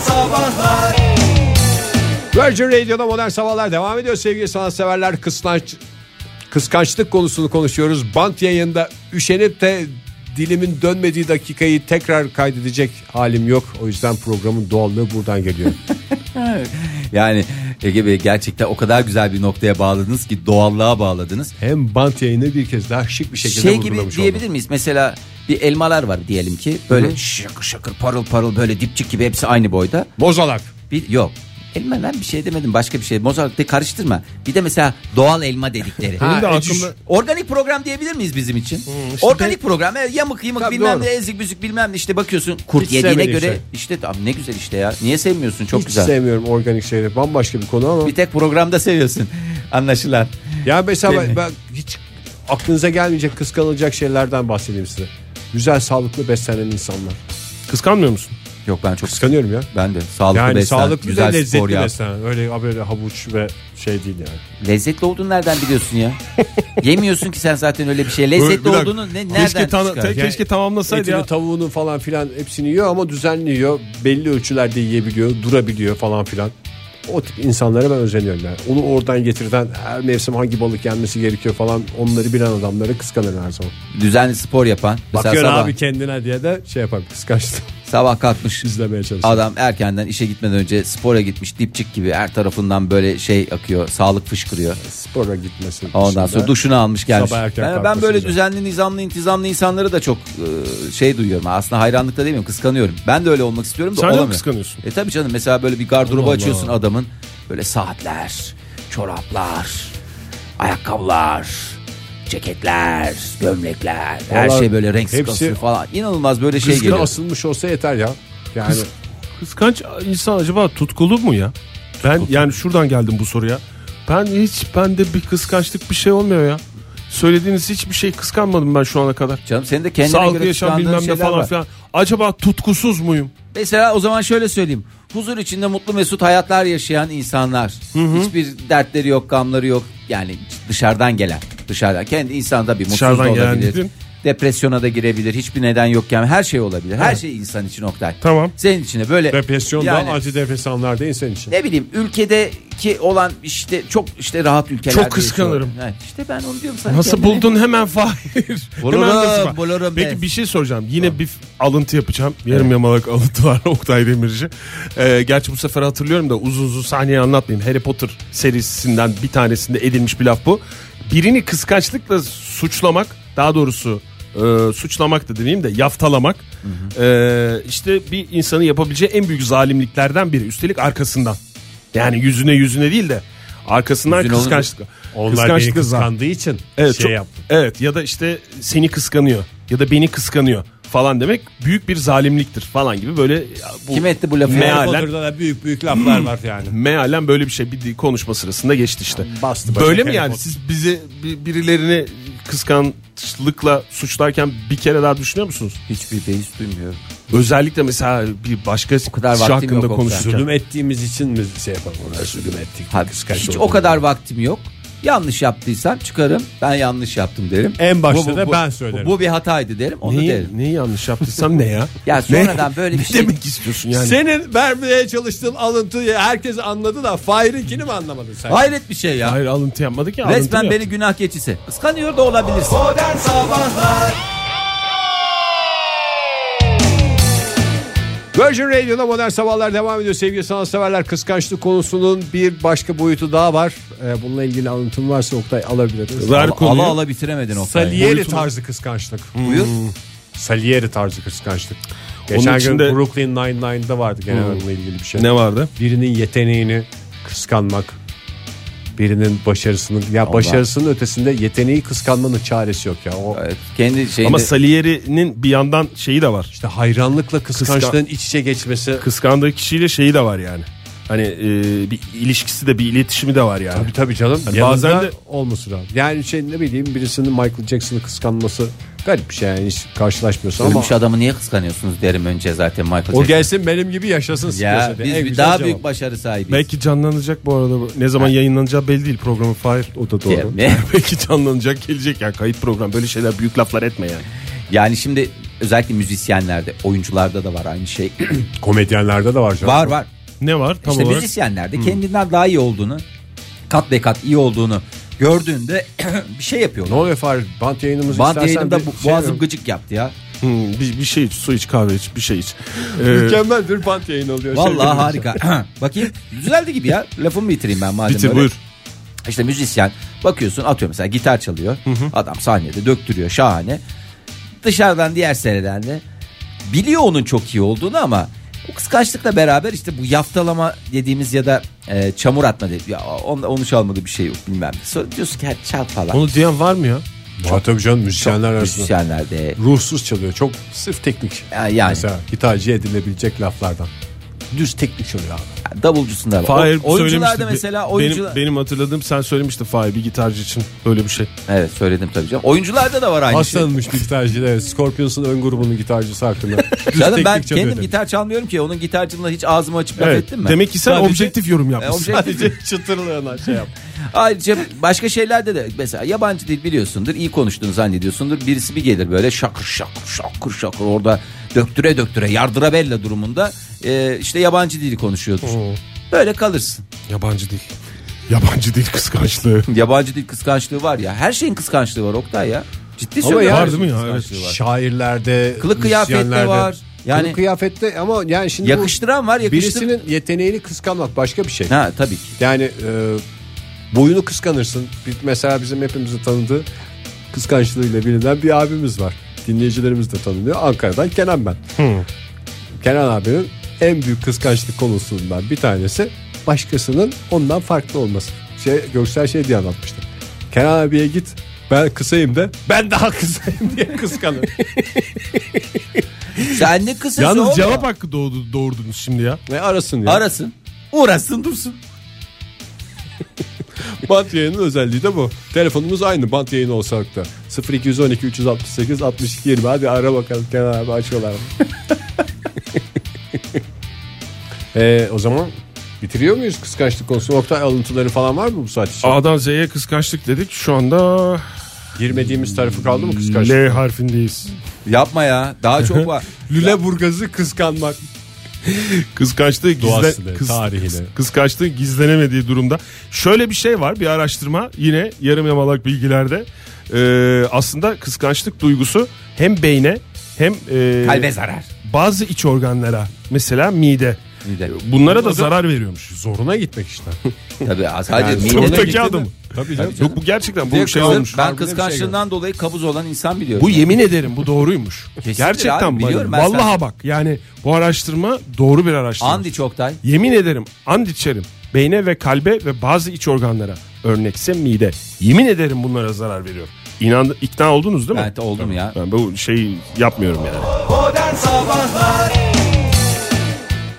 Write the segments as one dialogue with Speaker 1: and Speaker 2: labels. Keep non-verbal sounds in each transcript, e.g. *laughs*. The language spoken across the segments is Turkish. Speaker 1: Sabahlar
Speaker 2: Virgin Radio'da modern sabahlar devam ediyor sevgili sanatseverler. Kıskanç, kıskançlık konusunu konuşuyoruz. Bant yayında üşenip de dilimin dönmediği dakikayı tekrar kaydedecek halim yok. O yüzden programın doğallığı buradan geliyor.
Speaker 3: Yani Ege Bey gerçekten o kadar güzel bir noktaya bağladınız ki doğallığa bağladınız.
Speaker 2: *laughs* Hem bant yayını bir kez daha şık bir şekilde
Speaker 3: şey gibi
Speaker 2: vurgulamış
Speaker 3: diyebilir
Speaker 2: oldum.
Speaker 3: miyiz? Mesela bir elmalar var diyelim ki böyle şakır şakır parıl parıl böyle dipçik gibi hepsi aynı boyda.
Speaker 2: Bozalak.
Speaker 3: Bir, yok elma lan bir şey demedim başka bir şey. Mozart de karıştırma. Bir de mesela doğal elma dedikleri.
Speaker 2: Ha, e,
Speaker 4: Benim de
Speaker 2: Ecüş.
Speaker 4: aklımda
Speaker 3: Organik program diyebilir miyiz bizim için?
Speaker 4: işte
Speaker 3: Organik program e, yamık yımık
Speaker 2: Tabii
Speaker 3: bilmem
Speaker 2: doğru.
Speaker 3: ne ezik büzük bilmem ne işte bakıyorsun kurt
Speaker 2: Hiç
Speaker 3: yediğine
Speaker 2: sevmediğim
Speaker 3: göre
Speaker 2: şey.
Speaker 3: işte tam ne güzel işte ya. Niye sevmiyorsun çok
Speaker 2: Hiç
Speaker 3: güzel.
Speaker 2: sevmiyorum organik şeyleri. Bambaşka bir konu ama.
Speaker 3: bir tek programda seviyorsun anlaşılan.
Speaker 2: Ya mesela
Speaker 3: Değil
Speaker 2: ben,
Speaker 3: mi?
Speaker 2: ben hiç aklınıza gelmeyecek kıskanılacak şeylerden bahsedeyim size. Güzel sağlıklı beslenen insanlar.
Speaker 4: Kıskanmıyor musun?
Speaker 3: Yok ben çok
Speaker 2: Kıskanıyorum ya.
Speaker 3: ben de sağlıklı
Speaker 2: Yani
Speaker 3: beslen,
Speaker 2: sağlıklı
Speaker 3: güzel
Speaker 2: ve
Speaker 3: spor
Speaker 2: lezzetli
Speaker 3: yap.
Speaker 2: beslenen. Öyle böyle havuç ve şey değil yani.
Speaker 3: Lezzetli olduğunu nereden biliyorsun
Speaker 2: *laughs*
Speaker 3: ya? Yemiyorsun ki sen zaten öyle bir şey.
Speaker 4: Böyle
Speaker 3: Lezzetli
Speaker 4: bir dakika.
Speaker 3: olduğunu ne, nereden
Speaker 4: Keşke, tan-
Speaker 3: çıkar?
Speaker 4: te- keşke tamamlasaydı
Speaker 2: Etini
Speaker 4: ya.
Speaker 2: tavuğunu falan filan hepsini yiyor ama düzenli yiyor. Belli ölçülerde yiyebiliyor, durabiliyor falan filan. O tip insanlara ben özeniyorum yani. Onu oradan getirden her mevsim hangi balık yenmesi gerekiyor falan onları bilen adamları kıskanır her zaman.
Speaker 3: Düzenli spor yapan. Mesela
Speaker 2: Bakıyor
Speaker 3: sabah,
Speaker 2: abi kendine diye de şey yapar kıskançlık *laughs*
Speaker 3: sabah kalkmış
Speaker 2: izlemeye çalışıyor.
Speaker 3: adam erkenden işe gitmeden önce spora gitmiş dipçik gibi her tarafından böyle şey akıyor sağlık fışkırıyor.
Speaker 2: Spora gitmesi.
Speaker 3: Ondan
Speaker 2: dışında.
Speaker 3: sonra duşunu almış gelmiş.
Speaker 2: Sabah erken
Speaker 3: ben, ben
Speaker 2: kalkması
Speaker 3: böyle
Speaker 2: güzel.
Speaker 3: düzenli nizamlı intizamlı insanları da çok e, şey duyuyorum. Aslında hayranlıkta değil mi? Kıskanıyorum. Ben de öyle olmak istiyorum da
Speaker 4: Sen de mi
Speaker 3: olamıyorum.
Speaker 4: kıskanıyorsun?
Speaker 3: E tabii canım mesela böyle bir gardırobu
Speaker 4: Allah Allah.
Speaker 3: açıyorsun adamın. Böyle saatler, çoraplar, ayakkabılar, ceketler, gömlekler. her
Speaker 2: Vallahi
Speaker 3: şey böyle renk
Speaker 2: hepsi-
Speaker 3: sıkıntısı falan. İnanılmaz böyle şey
Speaker 2: Rızkına
Speaker 3: geliyor.
Speaker 2: asılmış olsa yeter ya. Yani
Speaker 4: Kıskanç insan acaba tutkulu mu ya? Ben yani şuradan geldim bu soruya. Ben hiç bende bir kıskançlık bir şey olmuyor ya. Söylediğiniz hiçbir şey kıskanmadım ben şu ana kadar.
Speaker 3: Canım senin de kendine
Speaker 4: Sağlıklı
Speaker 3: göre
Speaker 4: yaşam
Speaker 3: kıskandığın
Speaker 4: bilmem ne
Speaker 3: şeyler
Speaker 4: falan
Speaker 3: var.
Speaker 4: filan. Acaba tutkusuz muyum?
Speaker 3: Mesela o zaman şöyle söyleyeyim. Huzur içinde mutlu mesut hayatlar yaşayan insanlar. Hiçbir dertleri yok, gamları yok. Yani dışarıdan gelen. Dışarıdan. Kendi insanda bir mutsuz da
Speaker 4: Dışarıdan gelen
Speaker 3: olabilir.
Speaker 4: dedin.
Speaker 3: Depresyona da girebilir. Hiçbir neden yokken her şey olabilir. Her şey insan için Oktay.
Speaker 4: Tamam.
Speaker 3: Senin için de böyle.
Speaker 2: depresyonda
Speaker 3: Yani-
Speaker 2: antidepresanlar da insan için.
Speaker 3: Ne bileyim ülkedeki olan işte çok işte rahat ülkelerde.
Speaker 4: Çok kıskanırım.
Speaker 3: yaşıyorum. Ha, işte ben onu diyorum sana.
Speaker 4: Nasıl
Speaker 3: Kendine-
Speaker 4: buldun
Speaker 2: *laughs*
Speaker 4: hemen Fahir?
Speaker 3: Bulurum,
Speaker 4: Hemen nasıl-
Speaker 3: bulurum
Speaker 4: Peki
Speaker 3: ben.
Speaker 4: bir şey soracağım. Yine bir alıntı yapacağım. Yarım yamalak alıntı var *laughs* Oktay Demirci. Ee, gerçi bu sefer hatırlıyorum da uzun uzun sahneyi anlatmayayım. Harry Potter serisinden bir tanesinde edilmiş bir laf bu. Birini kıskançlıkla suçlamak, daha doğrusu e, suçlamak da demeyeyim de yaftalamak. e, işte bir insanın yapabileceği en büyük zalimliklerden biri. Üstelik arkasından. Yani yüzüne yüzüne değil de arkasından
Speaker 3: Yüzüne olur mu?
Speaker 4: kıskançlıkla.
Speaker 2: Onlar beni
Speaker 4: kıskançlıkla zar-
Speaker 2: kıskandığı için
Speaker 4: Evet,
Speaker 2: şey
Speaker 4: çok-
Speaker 2: yaptı.
Speaker 4: Evet ya da işte seni kıskanıyor ya da beni kıskanıyor falan demek büyük bir zalimliktir falan gibi böyle ya bu
Speaker 3: Kim etti bu lafı?
Speaker 4: Meal.
Speaker 2: Harry
Speaker 4: Halen-
Speaker 2: Potter'da da büyük büyük laflar var yani.
Speaker 4: mealen böyle bir şey bir konuşma sırasında geçti işte.
Speaker 2: Bastı
Speaker 4: böyle
Speaker 2: başa
Speaker 4: mi yani
Speaker 2: telefon.
Speaker 4: siz bizi bi- birilerini kıskançlıkla suçlarken bir kere daha düşünüyor musunuz?
Speaker 3: Hiçbir beis duymuyor.
Speaker 4: Özellikle mesela bir başka
Speaker 3: kadar
Speaker 4: kişi
Speaker 3: vaktim
Speaker 4: hakkında
Speaker 3: yok Oktay.
Speaker 4: konuşurken.
Speaker 2: Zulüm ettiğimiz için mi şey yapalım? Ona zulüm ettik.
Speaker 3: Ha,
Speaker 2: kıskanç
Speaker 3: hiç
Speaker 2: olduğunu.
Speaker 3: o kadar vaktim yok. Yanlış yaptıysam çıkarım. Ben yanlış yaptım derim.
Speaker 2: En başta da ben söylerim.
Speaker 3: Bu, bu bir hataydı derim. Onu
Speaker 4: Neyi,
Speaker 3: derim.
Speaker 4: neyi yanlış yaptıysam ne ya?
Speaker 3: *laughs* Ya sonradan böyle bir
Speaker 4: Ne
Speaker 3: şey.
Speaker 4: demek istiyorsun yani?
Speaker 2: Senin vermeye çalıştığın alıntıyı herkes anladı da Fahir'inkini mi anlamadın sen?
Speaker 3: Hayret bir şey ya.
Speaker 4: Hayır alıntı yapmadık ya. alıntı
Speaker 3: Resmen
Speaker 4: mı
Speaker 3: beni günah keçisi. Kıskanıyor da olabilirsin.
Speaker 1: Modern Sabahlar
Speaker 2: Virgin Radio'da modern sabahlar devam ediyor. Sevgili sanatseverler kıskançlık konusunun bir başka boyutu daha var. Ee, bununla ilgili alıntım varsa Oktay alabiliriz.
Speaker 4: Ver
Speaker 3: Ala,
Speaker 4: konuyu.
Speaker 3: ala ala bitiremedin o
Speaker 2: Salieri tarzı kıskançlık.
Speaker 3: Buyur.
Speaker 4: Hmm.
Speaker 2: Salieri tarzı kıskançlık. Geçen gün
Speaker 4: içinde-
Speaker 2: Brooklyn Nine-Nine'da vardı genel onunla ilgili bir şey.
Speaker 4: Ne vardı?
Speaker 2: birinin yeteneğini kıskanmak birinin başarısının ya başarısının ötesinde yeteneği kıskanmanın çaresi yok ya. O
Speaker 3: Evet, kendi şeyinde.
Speaker 4: Ama Salieri'nin bir yandan şeyi de var.
Speaker 2: işte hayranlıkla kıskançlığın iç içe geçmesi.
Speaker 4: kıskandığı kişiyle şeyi de var yani. Hani e, bir ilişkisi de bir iletişimi de var yani.
Speaker 2: Tabii tabii canım.
Speaker 4: Yani
Speaker 2: Yanında
Speaker 4: bazen de-
Speaker 2: olması lazım. Yani şey ne bileyim birisinin Michael Jackson'ı kıskanması garip bir şey yani hiç karşılaşmıyorsun ama
Speaker 3: Ölmüş adamı niye kıskanıyorsunuz derim önce zaten Michael
Speaker 2: o
Speaker 3: Jackson.
Speaker 2: gelsin benim gibi yaşasın
Speaker 3: Ya
Speaker 2: istiyorsa diye.
Speaker 3: biz
Speaker 2: En
Speaker 3: bir
Speaker 2: güzel
Speaker 3: daha
Speaker 2: cevap.
Speaker 3: büyük başarı sahibiyiz.
Speaker 4: Belki canlanacak bu arada. bu. Ne zaman yayınlanacağı belli değil programın Fahir. O da *laughs*
Speaker 3: Diye mi?
Speaker 4: Belki canlanacak gelecek ya kayıt program. Böyle şeyler büyük laflar etme yani.
Speaker 3: Yani şimdi özellikle müzisyenlerde, oyuncularda da var aynı şey. *clears throat*
Speaker 2: Komedyenlerde de var canım.
Speaker 3: var var.
Speaker 4: Ne var tam
Speaker 3: İşte
Speaker 4: olarak? Hmm.
Speaker 3: müzisyenlerde kendinden daha iyi olduğunu, kat be kat iyi olduğunu gördüğünde *clears throat* bir şey
Speaker 2: Ne
Speaker 3: yapıyorlar.
Speaker 2: oluyor Fahir? Bant yayınımızı
Speaker 3: Bant
Speaker 2: istersen
Speaker 3: yayınında
Speaker 2: bir
Speaker 3: bu-
Speaker 2: şey
Speaker 3: boğazım
Speaker 2: yap.
Speaker 3: gıcık yaptı ya.
Speaker 4: Hmm, bir, bir şey iç su iç kahve iç bir şey iç. Ee,
Speaker 2: Mükemmel bir bant yayını oluyor.
Speaker 3: Vallahi
Speaker 2: Sevgili
Speaker 3: harika. *clears throat* Bakayım düzeldi gibi ya. Lafımı bitireyim ben madem
Speaker 4: bitir
Speaker 3: öyle.
Speaker 4: buyur.
Speaker 3: İşte müzisyen bakıyorsun atıyor mesela gitar çalıyor. Adam sahnede döktürüyor şahane. Dışarıdan diğer seyreden de biliyor onun çok iyi olduğunu ama o kıskançlıkla beraber işte bu yaftalama dediğimiz ya da e, çamur atma dedi. Ya onu, onu çalmadı bir şey yok bilmem. ne. Sonra diyorsun ki "Ha, çal falan.
Speaker 4: Onu diyen var mı ya?
Speaker 2: Var tabii canım müzisyenler arasında.
Speaker 3: Müzisyenlerde
Speaker 2: Ruhsuz çalıyor. Çok sırf teknik.
Speaker 3: Ya yani.
Speaker 2: Mesela gitarcı edilebilecek laflardan. Düz teknik çalıyor abi.
Speaker 3: davulcusunda var.
Speaker 4: Fahir
Speaker 3: O- oyuncularda
Speaker 4: söylemişti.
Speaker 3: mesela
Speaker 4: Benim-
Speaker 3: oyuncular...
Speaker 4: benim, hatırladığım sen söylemiştin Fahir bir gitarcı için böyle bir şey.
Speaker 3: Evet söyledim tabii canım. Oyuncularda da var aynı şey.
Speaker 2: Aslanmış bir gitarcı. Evet. Scorpions'ın ön grubunun gitarcısı *laughs* hakkında. Düz
Speaker 3: Canım ben
Speaker 2: teknik çalıyor
Speaker 3: kendim
Speaker 2: dedi.
Speaker 3: gitar çalmıyorum ki. Onun gitarcılığına hiç ağzımı açıp laf
Speaker 4: Evet.
Speaker 3: ettim mi?
Speaker 4: Demek ki sen
Speaker 3: Sadece-
Speaker 4: objektif yorum
Speaker 3: *laughs* E,
Speaker 4: yapmışsın.
Speaker 3: objektif-
Speaker 2: çıtırlığına şey yap.
Speaker 3: Ayrıca başka şeylerde de mesela yabancı dil biliyorsundur. iyi konuştuğunu zannediyorsundur. Birisi bir gelir böyle şakır şakır şakır şakır orada döktüre döktüre yardıra bella durumunda e, işte yabancı dili konuşuyordur. Böyle kalırsın.
Speaker 4: Yabancı dil. Yabancı dil kıskançlığı.
Speaker 3: Yabancı dil kıskançlığı var ya. Her şeyin kıskançlığı var Oktay ya. Ciddi
Speaker 2: Ama
Speaker 3: söylüyorum.
Speaker 2: ya-
Speaker 3: her
Speaker 4: Var değil mi
Speaker 3: şeyin
Speaker 4: ya? Evet.
Speaker 3: kıskançlığı var.
Speaker 2: Şairlerde,
Speaker 3: Kılık kıyafette
Speaker 2: müzisyenlerde.
Speaker 3: var.
Speaker 2: Yani
Speaker 3: Yani
Speaker 2: kıyafette ama yani şimdi bu
Speaker 3: yakıştıran var yakıştıran.
Speaker 2: birisinin yeteneğini kıskanmak başka bir şey.
Speaker 3: Ha tabii ki.
Speaker 2: Yani e, boyunu kıskanırsın. Bir- Mesela bizim hepimizi tanıdığı kıskançlığıyla bilinen bir abimiz var. Dinleyicilerimiz de tanınıyor. Ankara'dan Kenan ben. Kenan abinin en büyük kıskançlık konusundan bir tanesi başkasının ondan farklı olması. Şey, Göksel şey diye anlatmıştı. Kenan abiye git ben kısayım de ben daha kısayım diye kıskanır.
Speaker 3: Sen ne kısası
Speaker 4: Yalnız
Speaker 3: oğlum?
Speaker 4: cevap hakkı doğdu, doğurdunuz şimdi ya.
Speaker 2: ne arasın ya.
Speaker 3: Arasın. Uğraşsın dursun.
Speaker 2: Bant yayının özelliği de bu. Telefonumuz aynı bant yayını olsak da. 0212 368 62 20 hadi ara bakalım Kenan abi açıyorlar mı? *laughs* Ee, o zaman bitiriyor muyuz kıskançlık konusunu? Oktay alıntıları falan var mı bu saat için?
Speaker 4: A'dan Z'ye kıskançlık dedik. Şu anda
Speaker 2: Girmediğimiz tarafı kaldı mı kıskançlık?
Speaker 4: L harfindeyiz.
Speaker 3: Yapma ya. Daha
Speaker 4: *laughs*
Speaker 3: çok var.
Speaker 2: Lüleburgaz'ı kıskanmak.
Speaker 4: Kıskançlığı
Speaker 2: Doğasını,
Speaker 4: gizle, kıs-
Speaker 2: tarihini.
Speaker 4: kıs- kıskançlığı gizlenemediği durumda. Şöyle bir şey var bir araştırma yine yarım yamalak bilgilerde. Ee, aslında kıskançlık duygusu hem beyne hem e,
Speaker 3: Kalbe zarar.
Speaker 4: bazı iç organlara mesela mide.
Speaker 3: Mide.
Speaker 4: Bunlara da zarar veriyormuş.
Speaker 2: Zoruna gitmek işte.
Speaker 3: Tabii az- sadece
Speaker 4: Çok
Speaker 3: midenin-
Speaker 4: zeki adam.
Speaker 2: Tabii
Speaker 3: canım.
Speaker 2: canım.
Speaker 4: Yok bu gerçekten bu
Speaker 3: Diyor,
Speaker 4: şey
Speaker 3: kızım,
Speaker 4: olmuş.
Speaker 3: Ben
Speaker 2: Harbiden bir şey
Speaker 3: kıskançlığından dolayı kabuz olan insan biliyorum.
Speaker 4: Bu yemin ederim bu doğruymuş.
Speaker 3: Kesindir
Speaker 4: gerçekten
Speaker 3: abi,
Speaker 4: bu.
Speaker 3: biliyorum ben
Speaker 4: Vallahi
Speaker 3: sen-
Speaker 4: bak yani bu araştırma doğru bir araştırma.
Speaker 3: Andi Çoktay.
Speaker 4: Yemin ederim and içerim. Beyne ve kalbe ve bazı iç organlara. Örnekse mide. Yemin ederim bunlara zarar veriyor. İnan, ikna oldunuz değil mi?
Speaker 3: Evet oldum ya.
Speaker 4: Ben bu şeyi yapmıyorum yani.
Speaker 1: Modern Sabahlar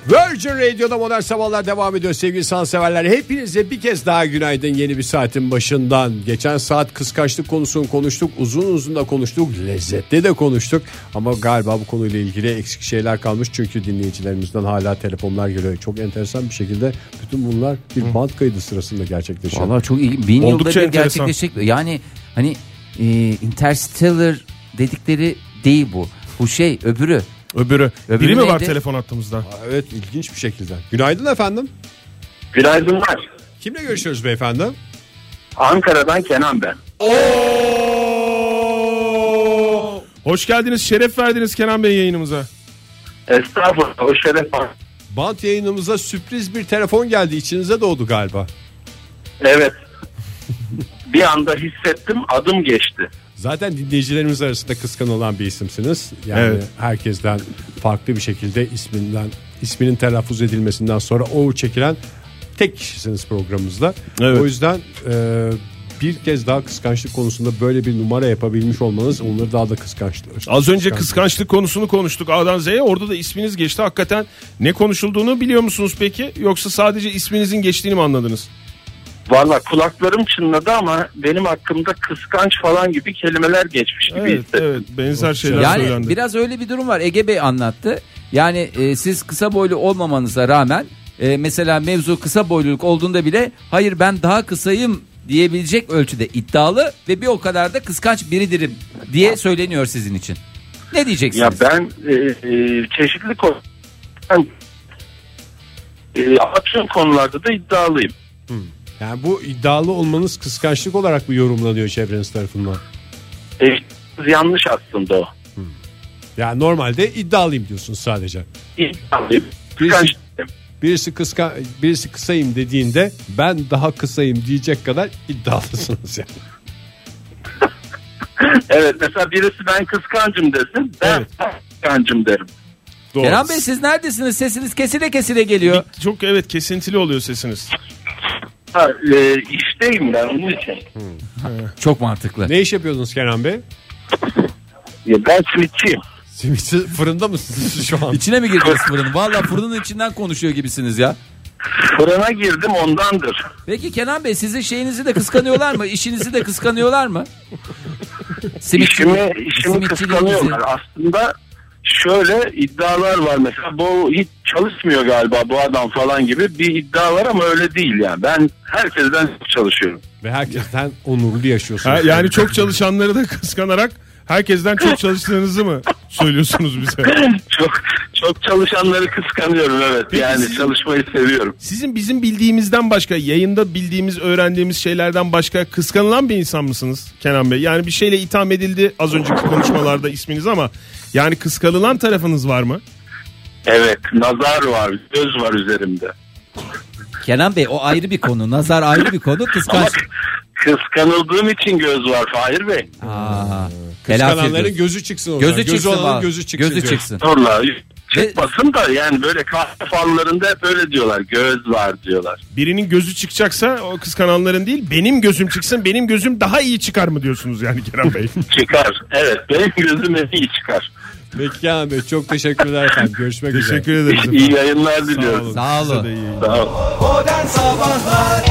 Speaker 2: Virgin Radio'da modern sabahlar devam ediyor sevgili sanatseverler. Hepinize bir kez daha günaydın yeni bir saatin başından. Geçen saat kıskançlık konusunu konuştuk. Uzun uzun da konuştuk. Lezzetli de konuştuk. Ama galiba bu konuyla ilgili eksik şeyler kalmış. Çünkü dinleyicilerimizden hala telefonlar geliyor. Çok enteresan bir şekilde bütün bunlar bir band kaydı sırasında gerçekleşiyor.
Speaker 3: Vallahi çok iyi. Bin
Speaker 4: Oldukça
Speaker 3: yılda bir
Speaker 4: enteresan.
Speaker 3: gerçekleşecek. Yani hani e, Interstellar dedikleri değil bu. Bu şey öbürü.
Speaker 4: Öbürü.
Speaker 3: Öbürü
Speaker 4: Biri mi var
Speaker 3: neydi?
Speaker 4: telefon hattımızda?
Speaker 2: Evet ilginç bir şekilde. Günaydın efendim.
Speaker 5: Günaydınlar.
Speaker 2: Kimle görüşüyoruz beyefendi?
Speaker 5: Ankara'dan Kenan ben.
Speaker 4: Hoş geldiniz. Şeref verdiniz Kenan Bey yayınımıza.
Speaker 5: Estağfurullah o şeref var.
Speaker 2: Band yayınımıza sürpriz bir telefon geldi. İçinize doğdu galiba.
Speaker 5: Evet. bir anda hissettim adım geçti.
Speaker 2: Zaten dinleyicilerimiz arasında kıskanılan bir isimsiniz. Yani
Speaker 4: Evet.
Speaker 2: herkesten farklı bir şekilde isminden isminin telaffuz edilmesinden sonra o çekilen tek kişisiniz programımızda.
Speaker 4: Evet.
Speaker 2: O yüzden e, bir kez daha kıskançlık konusunda böyle bir numara yapabilmiş olmanız onları daha da kıskançtır.
Speaker 4: Az önce kıskançlık konusunu konuştuk A'dan Z'ye. Orada da isminiz geçti. Hakikaten ne konuşulduğunu biliyor musunuz peki? Yoksa sadece isminizin geçtiğini mi anladınız?
Speaker 5: Valla kulaklarım çınladı ama benim hakkımda kıskanç falan gibi kelimeler geçmiş gibi
Speaker 4: Evet,
Speaker 5: hissettim.
Speaker 4: evet. Benzer şeyler
Speaker 3: yani
Speaker 4: söylendi.
Speaker 3: biraz öyle bir durum var. Ege Bey anlattı. Yani e, siz kısa boylu olmamanıza rağmen e, mesela mevzu kısa boyluluk olduğunda bile hayır ben daha kısayım diyebilecek ölçüde iddialı ve bir o kadar da kıskanç biridirim diye söyleniyor sizin için. Ne diyeceksiniz?
Speaker 5: Ya ben e, e, çeşitli konu ben, e, aksiyon konularda da iddialıyım.
Speaker 2: Yani bu iddialı olmanız kıskançlık olarak mı yorumlanıyor çevreniz tarafından?
Speaker 5: E, yanlış aslında o.
Speaker 2: Yani normalde iddialıyım diyorsun sadece.
Speaker 5: İddialıyım.
Speaker 2: Birisi-
Speaker 5: Kıskançlıyım.
Speaker 2: Birisi kıska birisi kısayım dediğinde ben daha kısayım diyecek kadar iddialısınız yani.
Speaker 5: Evet mesela birisi ben kıskancım desin. Ben
Speaker 2: Evet.
Speaker 5: ben kıskancım derim.
Speaker 4: Doğru.
Speaker 3: Kenan Bey siz neredesiniz? Sesiniz kesile kesile geliyor.
Speaker 4: Çok evet kesintili oluyor sesiniz.
Speaker 5: Ha, e, işteyim ben onun için.
Speaker 3: Çok mantıklı.
Speaker 2: Ne iş yapıyorsunuz Kenan Bey?
Speaker 5: Ya ben simitçiyim.
Speaker 2: Simitçi fırında mısınız *laughs* şu an?
Speaker 3: İçine mi girdiniz fırının? Valla fırının içinden konuşuyor gibisiniz ya.
Speaker 5: Fırına girdim ondandır.
Speaker 3: Peki Kenan Bey sizin şeyinizi de kıskanıyorlar mı? İşinizi de kıskanıyorlar mı? Simitçi-
Speaker 5: İşimi, işimi
Speaker 3: simitçiliğinizi.
Speaker 5: kıskanıyorlar. Aslında şöyle iddialar var mesela bu hiç çalışmıyor galiba bu adam falan gibi bir iddia var ama öyle değil yani. Ben herkesten çalışıyorum. *clears throat*
Speaker 2: Ve herkesten onurlu yaşıyorsunuz.
Speaker 4: Ha, yani çok çalışanları da kıskanarak herkesten çok çalıştığınızı mı söylüyorsunuz bize?
Speaker 5: çok çok çalışanları kıskanıyorum evet. Yani çalışmayı seviyorum.
Speaker 4: Sizin bizim bildiğimizden başka yayında bildiğimiz öğrendiğimiz şeylerden başka kıskanılan bir insan mısınız Kenan Bey? Yani bir şeyle itham edildi az önceki konuşmalarda isminiz ama yani kıskanılan tarafınız var mı?
Speaker 5: Evet nazar var göz var üzerimde.
Speaker 3: Kenan Bey o ayrı bir konu. Nazar ayrı bir konu.
Speaker 5: Ama
Speaker 3: Kıskanç.
Speaker 5: kıskanıldığım için göz var Fahir Bey.
Speaker 3: Aa, telafi
Speaker 2: Kıskananların
Speaker 3: ediyoruz.
Speaker 2: gözü çıksın o zaman.
Speaker 3: Gözü çıksın.
Speaker 2: olanın
Speaker 3: valla.
Speaker 2: gözü çıksın.
Speaker 3: Gözü
Speaker 2: diyor.
Speaker 3: çıksın.
Speaker 5: Sonra çıkmasın da yani böyle kahve fanlarında hep öyle diyorlar göz var diyorlar.
Speaker 4: Birinin gözü çıkacaksa o kıskananların değil benim gözüm çıksın benim gözüm daha iyi çıkar mı diyorsunuz yani Kenan Bey?
Speaker 5: Çıkar. Evet benim gözüm en iyi çıkar.
Speaker 2: Peki Kenan Bey çok teşekkürler efendim. Görüşmek üzere.
Speaker 4: *laughs* Teşekkür ederiz. efendim.
Speaker 5: İyi yayınlar diliyorum.
Speaker 3: Sağ olun.
Speaker 5: Sağ olun.
Speaker 1: Modern Sabahlar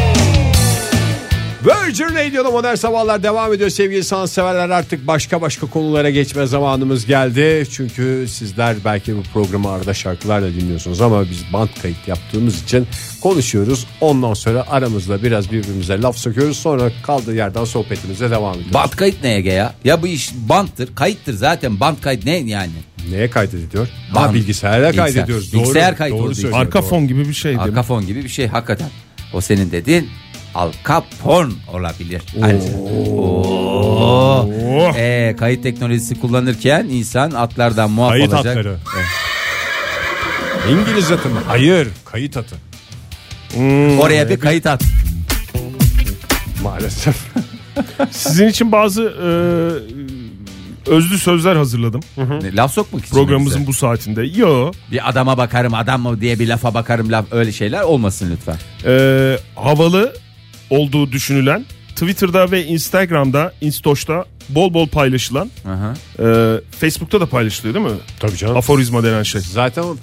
Speaker 2: Virgin Radio'da modern sabahlar devam ediyor sevgili sanatseverler artık başka başka konulara geçme zamanımız geldi. Çünkü sizler belki bu programı arada şarkılarla dinliyorsunuz ama biz band kayıt yaptığımız için konuşuyoruz. Ondan sonra aramızda biraz birbirimize laf söküyoruz sonra kaldığı yerden sohbetimize devam ediyoruz.
Speaker 3: Band kayıt ne Ege ya? Ya bu iş banttır, kayıttır zaten. Band kayıt ne yani?
Speaker 2: Neye kaydediliyor?
Speaker 3: Band.
Speaker 2: Ha bilgisayarda
Speaker 3: Bilgisayar.
Speaker 2: kaydediyoruz.
Speaker 3: Bilgisayar
Speaker 2: Doğru,
Speaker 3: kaydı
Speaker 2: doğru
Speaker 3: olduğu için.
Speaker 2: söylüyor.
Speaker 4: Arka
Speaker 2: Doğru.
Speaker 4: fon gibi bir şey değil mi?
Speaker 3: Arkafon gibi bir şey hakikaten. O senin dediğin Al Capone olabilir. Ayrıca. Oo.
Speaker 4: Oh.
Speaker 3: Ee, kayıt teknolojisi kullanırken insan atlardan muaf
Speaker 2: Kayıt
Speaker 3: olacak.
Speaker 2: atları. İngiliz atı mı? Hayır kayıt atı.
Speaker 3: Oraya bir kayıt at.
Speaker 2: Maalesef.
Speaker 4: Sizin için bazı e, özlü sözler hazırladım
Speaker 3: Laf sokmak için.
Speaker 4: programımızın bu saatinde. Yo.
Speaker 3: Bir adama bakarım adam mı diye bir lafa bakarım laf öyle şeyler olmasın lütfen.
Speaker 4: e, havalı olduğu düşünülen Twitter'da ve Instagram'da, Instoş'ta bol bol paylaşılan
Speaker 3: Aha.
Speaker 4: e, Facebook'ta da paylaşılıyor değil mi?
Speaker 2: Tabii canım.
Speaker 4: Aforizma denen şey.
Speaker 2: Zaten o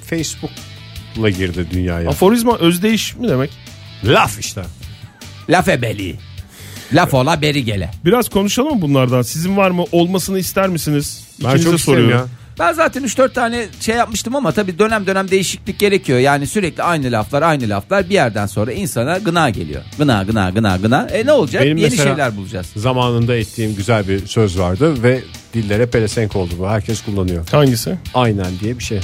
Speaker 2: Facebook'la girdi dünyaya.
Speaker 4: Aforizma özdeyiş mi demek?
Speaker 2: Laf işte.
Speaker 3: Laf ebeli. Laf ola beri gele.
Speaker 4: Biraz konuşalım mı bunlardan? Sizin var mı? Olmasını ister misiniz?
Speaker 2: Ben
Speaker 4: İkinize
Speaker 2: çok soruyorum. ya.
Speaker 3: Ben zaten 3-4 tane şey yapmıştım ama tabii dönem dönem değişiklik gerekiyor. Yani sürekli aynı laflar aynı laflar bir yerden sonra insana gına geliyor. Gına gına gına gına. E ne olacak?
Speaker 2: Benim
Speaker 3: Yeni
Speaker 2: mesela-
Speaker 3: şeyler bulacağız.
Speaker 2: Zamanında ettiğim güzel bir söz vardı ve dillere pelesenk oldu bu. Herkes kullanıyor.
Speaker 4: Hangisi?
Speaker 2: Aynen diye bir şey.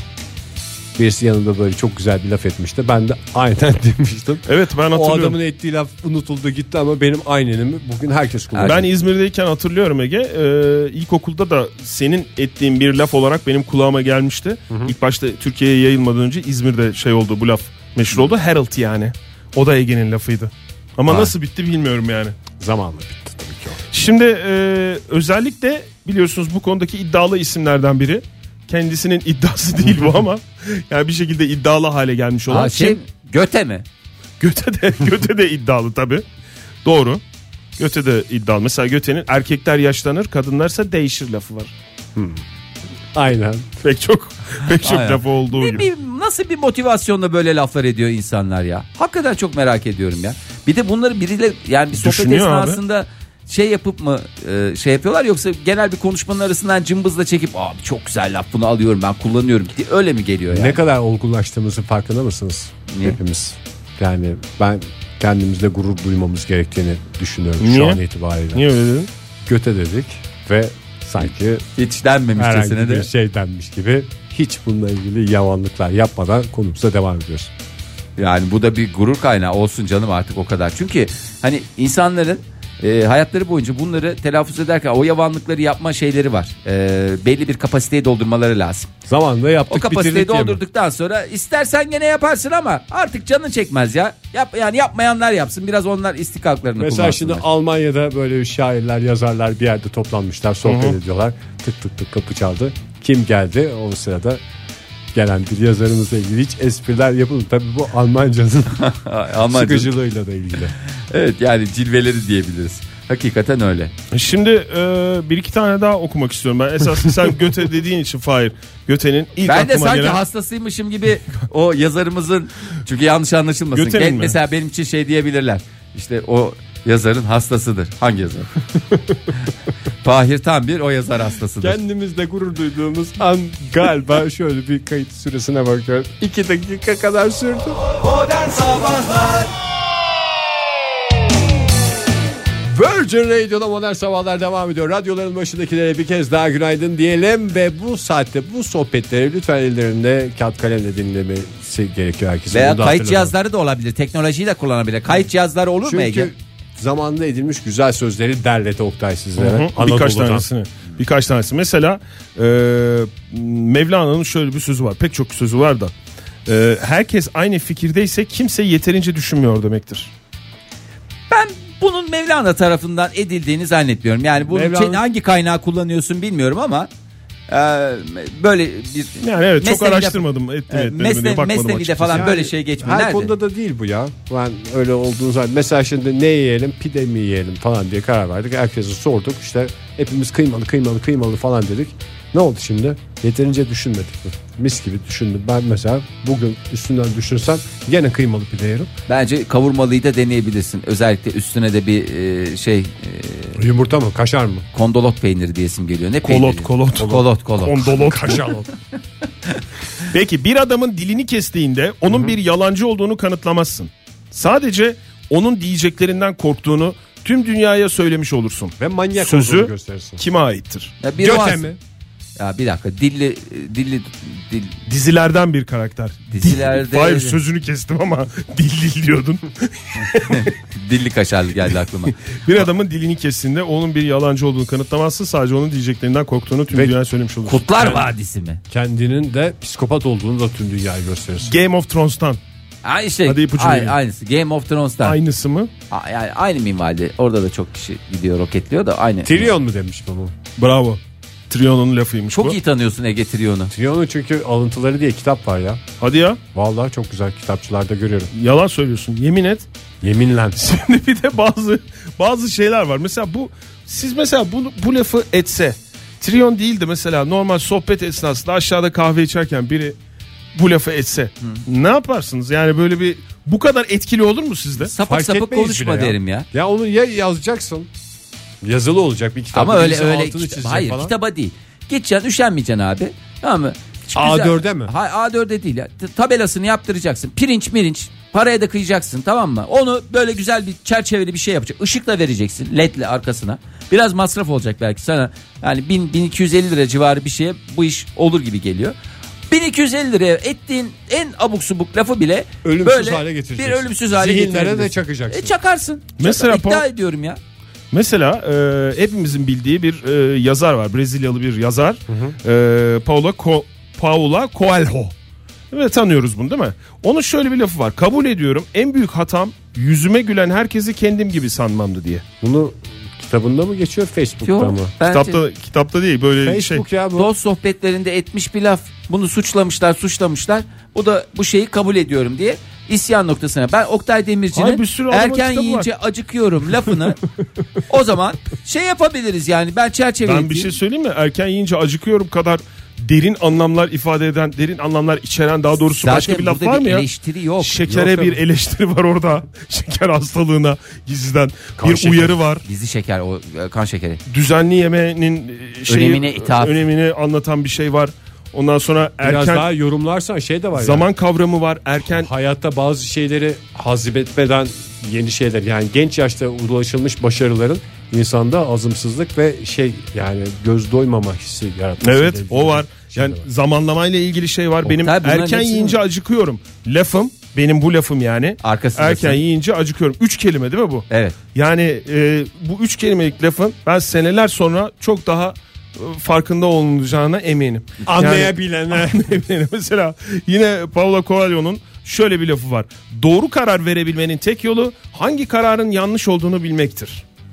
Speaker 2: Birisi yanında böyle çok güzel bir laf etmişti. Ben de aynen *laughs* demiştim.
Speaker 4: Evet ben
Speaker 2: O
Speaker 4: hatırlıyorum.
Speaker 2: adamın ettiği laf unutuldu gitti ama benim aynenimi bugün herkes kullanıyor.
Speaker 4: Ben İzmir'deyken hatırlıyorum Ege. Ee, ilkokulda da senin ettiğin bir laf olarak benim kulağıma gelmişti. İlk başta Türkiye'ye yayılmadan önce İzmir'de şey oldu bu laf meşhur oldu. Herald yani. O da Ege'nin lafıydı. Ama nasıl bitti bilmiyorum yani.
Speaker 2: Zamanla bitti tabii ki o.
Speaker 4: Şimdi e, özellikle biliyorsunuz bu konudaki iddialı isimlerden biri. Kendisinin *laughs* iddiası
Speaker 3: *laughs*
Speaker 4: değil bu ama yani bir şekilde iddialı hale gelmiş olan
Speaker 3: Aa, şey,
Speaker 4: şey
Speaker 3: göte mi?
Speaker 4: Göte de, *laughs* göte de iddialı tabi. Doğru. Göte de iddialı. Mesela Göte'nin erkekler yaşlanır kadınlarsa değişir lafı var. *laughs*
Speaker 2: Aynen.
Speaker 4: Pek çok pek çok
Speaker 3: Aynen.
Speaker 4: lafı olduğu
Speaker 3: Ne
Speaker 4: gibi.
Speaker 3: bir, nasıl bir motivasyonla böyle laflar ediyor insanlar ya? Hakikaten çok merak ediyorum ya. Bir de bunları biriyle yani bir sohbet
Speaker 4: Düşünüyor abi.
Speaker 3: esnasında şey yapıp mı e, şey yapıyorlar yoksa genel bir konuşmanın arasından cımbızla çekip abi çok güzel laf bunu alıyorum ben kullanıyorum diye öyle mi geliyor yani?
Speaker 2: Ne kadar olgunlaştığımızın farkında mısınız?
Speaker 3: Niye?
Speaker 2: Hepimiz. Yani ben kendimizde gurur duymamız gerektiğini düşünüyorum
Speaker 4: Niye?
Speaker 2: şu an itibariyle.
Speaker 4: Niye öyle dedin?
Speaker 2: göte dedik ve sanki
Speaker 3: Hiç denmemişçesine
Speaker 2: herhangi
Speaker 3: de.
Speaker 2: bir şey denmiş gibi hiç bununla ilgili yavanlıklar yapmadan konumuza devam ediyoruz.
Speaker 3: Yani bu da bir gurur kaynağı olsun canım artık o kadar. Çünkü hani insanların e, hayatları boyunca bunları telaffuz ederken o yavanlıkları yapma şeyleri var. E, belli bir kapasiteyi doldurmaları lazım.
Speaker 2: Zamanında
Speaker 3: O
Speaker 2: yaptık
Speaker 3: kapasiteyi
Speaker 2: bitirdik diye mi?
Speaker 3: doldurduktan sonra istersen gene yaparsın ama artık canın çekmez ya. Yap yani yapmayanlar yapsın biraz onlar istikaklarını
Speaker 2: Mesela
Speaker 3: kullansınlar.
Speaker 2: şimdi
Speaker 3: *laughs*
Speaker 2: Almanya'da böyle şairler, yazarlar bir yerde toplanmışlar, sohbet ediyorlar. Tık tık tık kapı çaldı. Kim geldi? O sırada gelen bir yazarımızla ilgili hiç espriler yapıldı. Tabii bu Almanca'nın
Speaker 3: Almanca-
Speaker 2: sıkıcılığıyla da ilgili.
Speaker 3: Evet yani cilveleri diyebiliriz. Hakikaten öyle.
Speaker 4: Şimdi e, bir iki tane daha okumak istiyorum
Speaker 3: *laughs*
Speaker 4: ben. Esas sen Göte dediğin için Fahir. Göte'nin ilk
Speaker 3: Ben de
Speaker 4: aklıma
Speaker 3: sanki
Speaker 4: gelen...
Speaker 3: hastasıymışım gibi o yazarımızın çünkü yanlış anlaşılmasın.
Speaker 4: Götenin
Speaker 3: Ben-
Speaker 4: mi?
Speaker 3: mesela benim için şey diyebilirler. İşte o yazarın hastasıdır. Hangi
Speaker 4: *laughs*
Speaker 3: yazar? Fahir tam bir o yazar hastasıdır.
Speaker 2: Kendimizle gurur duyduğumuz an galiba şöyle bir kayıt süresine bakıyorum. İki dakika kadar sürdü.
Speaker 1: Modern Sabahlar
Speaker 2: Virgin Radio'da modern sabahlar devam ediyor. Radyoların başındakilere bir kez daha günaydın diyelim ve bu saatte bu sohbetleri lütfen ellerinde kağıt kalemle dinlemesi gerekiyor herkesin.
Speaker 3: Veya
Speaker 2: Bunu da
Speaker 3: kayıt
Speaker 2: hatırlatalım.
Speaker 3: cihazları da olabilir. Teknolojiyi de kullanabilir. Kayıt cihazları olur mu Ege?
Speaker 2: Çünkü zamanında edilmiş güzel sözleri derledi Oktay sizlere.
Speaker 4: Hı hı, Birkaç
Speaker 2: Anadolu'dan.
Speaker 4: tanesini. Birkaç tanesi. Mesela e, Mevlana'nın şöyle bir sözü var. Pek çok sözü var da. E, herkes aynı fikirdeyse kimse yeterince düşünmüyor demektir.
Speaker 3: Ben bunun Mevlana tarafından edildiğini zannetmiyorum. Yani bunun
Speaker 2: Mevlana-
Speaker 3: şey- hangi kaynağı kullanıyorsun bilmiyorum ama e, böyle bir
Speaker 4: Yani evet çok
Speaker 3: Mesnevi'de-
Speaker 4: araştırmadım. Ettim,
Speaker 3: e,
Speaker 4: etmedim
Speaker 3: Mesne-
Speaker 4: diye bakmadım
Speaker 3: Mesnevi'de
Speaker 4: açıkçası.
Speaker 3: falan
Speaker 2: Yani
Speaker 3: böyle şey geçmiyor.
Speaker 2: Her
Speaker 3: Nerede?
Speaker 2: konuda da değil bu ya. Ben öyle olduğunu zaman mesela şimdi ne yiyelim pide mi yiyelim falan diye karar verdik. Herkese sorduk işte hepimiz kıymalı kıymalı kıymalı falan dedik. Ne oldu şimdi? Yeterince düşünmedik mi? Mis gibi düşündüm. Ben mesela bugün üstünden düşünsem gene kıymalı pide yerim.
Speaker 3: Bence kavurmalıyı da deneyebilirsin. Özellikle üstüne de bir e, şey e,
Speaker 2: Yumurta mı? Kaşar mı?
Speaker 3: kondolot peyniri diyesim geliyor. Ne
Speaker 4: Kolot,
Speaker 3: peyniri?
Speaker 4: kolot.
Speaker 3: kolot kolot.
Speaker 4: *laughs* Kondolot. Peki bir adamın dilini kestiğinde onun bir yalancı olduğunu kanıtlamazsın. Sadece onun diyeceklerinden korktuğunu tüm dünyaya söylemiş olursun.
Speaker 2: Ve manyak
Speaker 4: Sözü-
Speaker 2: olduğunu gösterirsin.
Speaker 4: Kime aittir?
Speaker 3: Ya bir
Speaker 2: Göte
Speaker 3: vas-
Speaker 2: mi?
Speaker 3: Ya bir dakika dilli e, dilli dil
Speaker 4: Dizilerden bir karakter.
Speaker 3: Dizilerde-
Speaker 4: Hayır sözünü kestim ama *laughs* dilli diyordun.
Speaker 3: dilli kaşarlı geldi aklıma.
Speaker 4: Bir adamın dilini kestiğinde onun bir yalancı olduğunu kanıtlamazsın. Sadece onun diyeceklerinden korktuğunu tüm
Speaker 2: Ve-
Speaker 4: dünyaya söylemiş olursun.
Speaker 3: Kutlar Vadisi mi?
Speaker 2: Kendinin de psikopat olduğunu da tüm dünyaya gösterirsin.
Speaker 4: Game of Thrones'tan
Speaker 3: Ha işte
Speaker 4: Hadi ipucu
Speaker 3: ay-
Speaker 4: verin.
Speaker 3: aynısı Game of Thrones'tan. Aynı.
Speaker 4: aynısı mı?
Speaker 3: Yani aynı minvalde. Orada da çok kişi gidiyor roketliyor da aynı.
Speaker 2: Trion mu demiş bunu?
Speaker 4: Bravo. Trion'un lafıymış
Speaker 3: Çok
Speaker 4: bu.
Speaker 3: iyi tanıyorsun Ege Trion'u.
Speaker 2: Trion'un çünkü alıntıları diye kitap var ya.
Speaker 4: Hadi ya
Speaker 2: Vallahi çok güzel kitapçılarda görüyorum.
Speaker 4: yalan söylüyorsun. Yemin et. *laughs*
Speaker 2: Yeminle.
Speaker 4: Şimdi bir de bazı bazı şeyler var. Mesela bu siz mesela bu, bu lafı etse Trion değil de mesela normal sohbet esnasında aşağıda kahve içerken biri bu lafı etse ne yaparsınız? Yani böyle bir bu kadar etkili olur mu sizde?
Speaker 3: Sapık
Speaker 2: Fark
Speaker 3: sapık
Speaker 2: etmeyiz
Speaker 3: konuşma
Speaker 2: bile ya.
Speaker 3: derim ya.
Speaker 2: Ya onu ya yazacaksın. Yazılı olacak bir kitap.
Speaker 3: Ama öyle
Speaker 2: Birisi
Speaker 3: öyle
Speaker 2: altını çizecek
Speaker 3: hayır
Speaker 2: falan.
Speaker 3: kitaba değil. Geçeceksin üşenmeyeceksin abi. Tamam mı? Şu
Speaker 2: A4'e
Speaker 3: güzel-
Speaker 2: mi?
Speaker 3: Hayır A4'e değil. ya. T- Tabelasını yaptıracaksın. Pirinç mirinç. Paraya da kıyacaksın tamam mı? Onu böyle güzel bir çerçeveli bir şey yapacak. Işıkla vereceksin ledle arkasına. Biraz masraf olacak belki sana. Yani 1000 1250 lira civarı bir şeye bu iş olur gibi geliyor. 1250 liraya ettiğin en abuk subuk lafı bile
Speaker 2: Ölümsüz
Speaker 3: böyle
Speaker 2: hale getireceksin.
Speaker 3: bir ölümsüz hale
Speaker 2: Zihinlere
Speaker 3: getirebilirsin.
Speaker 2: de çakacaksın.
Speaker 3: E çakarsın.
Speaker 4: Mesela
Speaker 3: Çakar. İddia
Speaker 4: Paul-
Speaker 3: ediyorum ya.
Speaker 4: Mesela e, hepimizin bildiği bir e, yazar var. Brezilyalı bir yazar. E, Paula Co- Paula Coelho. Ve tanıyoruz bunu değil mi? Onun şöyle bir lafı var. Kabul ediyorum en büyük hatam yüzüme gülen herkesi kendim gibi sanmamdı diye.
Speaker 2: Bunu kitabında mı geçiyor Facebook'ta
Speaker 3: Yok,
Speaker 2: mı?
Speaker 3: bence-
Speaker 4: Kitapta kitapta değil böyle şey.
Speaker 2: Facebook ya bu.
Speaker 3: Dost sohbetlerinde etmiş bir laf. Bunu suçlamışlar, suçlamışlar. Bu da bu şeyi kabul ediyorum diye isyan noktasına. Ben Oktay
Speaker 4: Ay,
Speaker 3: Demirci'nin
Speaker 4: bir sürü adamın
Speaker 3: erken
Speaker 4: kitabı
Speaker 3: yiyince acıkıyorum lafını
Speaker 4: *laughs*
Speaker 3: o zaman şey yapabiliriz yani ben çerçeveleyeyim.
Speaker 4: Ben bir şey söyleyeyim mi? Erken yiyince acıkıyorum kadar derin anlamlar ifade eden, derin anlamlar içeren daha doğrusu
Speaker 3: Zaten
Speaker 4: başka bir laf
Speaker 3: burada
Speaker 4: var
Speaker 3: bir
Speaker 4: mı ya?
Speaker 3: eleştiri yok.
Speaker 4: Şekere
Speaker 3: Yok,
Speaker 4: bir
Speaker 3: yok.
Speaker 4: eleştiri var orada. *laughs* Şeker hastalığına gizliden
Speaker 2: Kan
Speaker 4: bir
Speaker 2: şekeri.
Speaker 4: uyarı var.
Speaker 3: Gizli şeker o e, kan şekeri.
Speaker 4: düzenli yemenin e, şeyi,
Speaker 3: Önemine itaat.
Speaker 4: önemini anlatan bir şey var. Ondan sonra
Speaker 2: Biraz
Speaker 4: erken
Speaker 2: daha yorumlarsan şey de var ya.
Speaker 4: zaman kavramı var. Erken
Speaker 2: hayatta bazı şeyleri hazmetmeden yeni şeyler yani genç yaşta ulaşılmış başarıların insanda azımsızlık ve şey yani göz doymama hissi yaratması.
Speaker 4: Evet
Speaker 2: dediğim
Speaker 4: o var.
Speaker 2: şey de
Speaker 4: Yani zamanlamayla ilgili şey var. Benim
Speaker 3: Tabii bunların
Speaker 4: erken
Speaker 3: hepsi
Speaker 4: yiyince acıkıyorum. Lafım benim bu lafım yani.
Speaker 3: Arkasındasın.
Speaker 4: Erken yiyince acıkıyorum. Üç kelime değil mi bu?
Speaker 3: Evet.
Speaker 4: Yani e, bu üç kelimelik lafın ben seneler sonra çok daha e, farkında olunacağına eminim. *laughs* Yani-
Speaker 2: Anlayabilene.
Speaker 4: Anlayabilene. Mesela yine Paulo Coelho'nun şöyle bir lafı var. Doğru karar verebilmenin tek yolu hangi kararın yanlış olduğunu bilmektir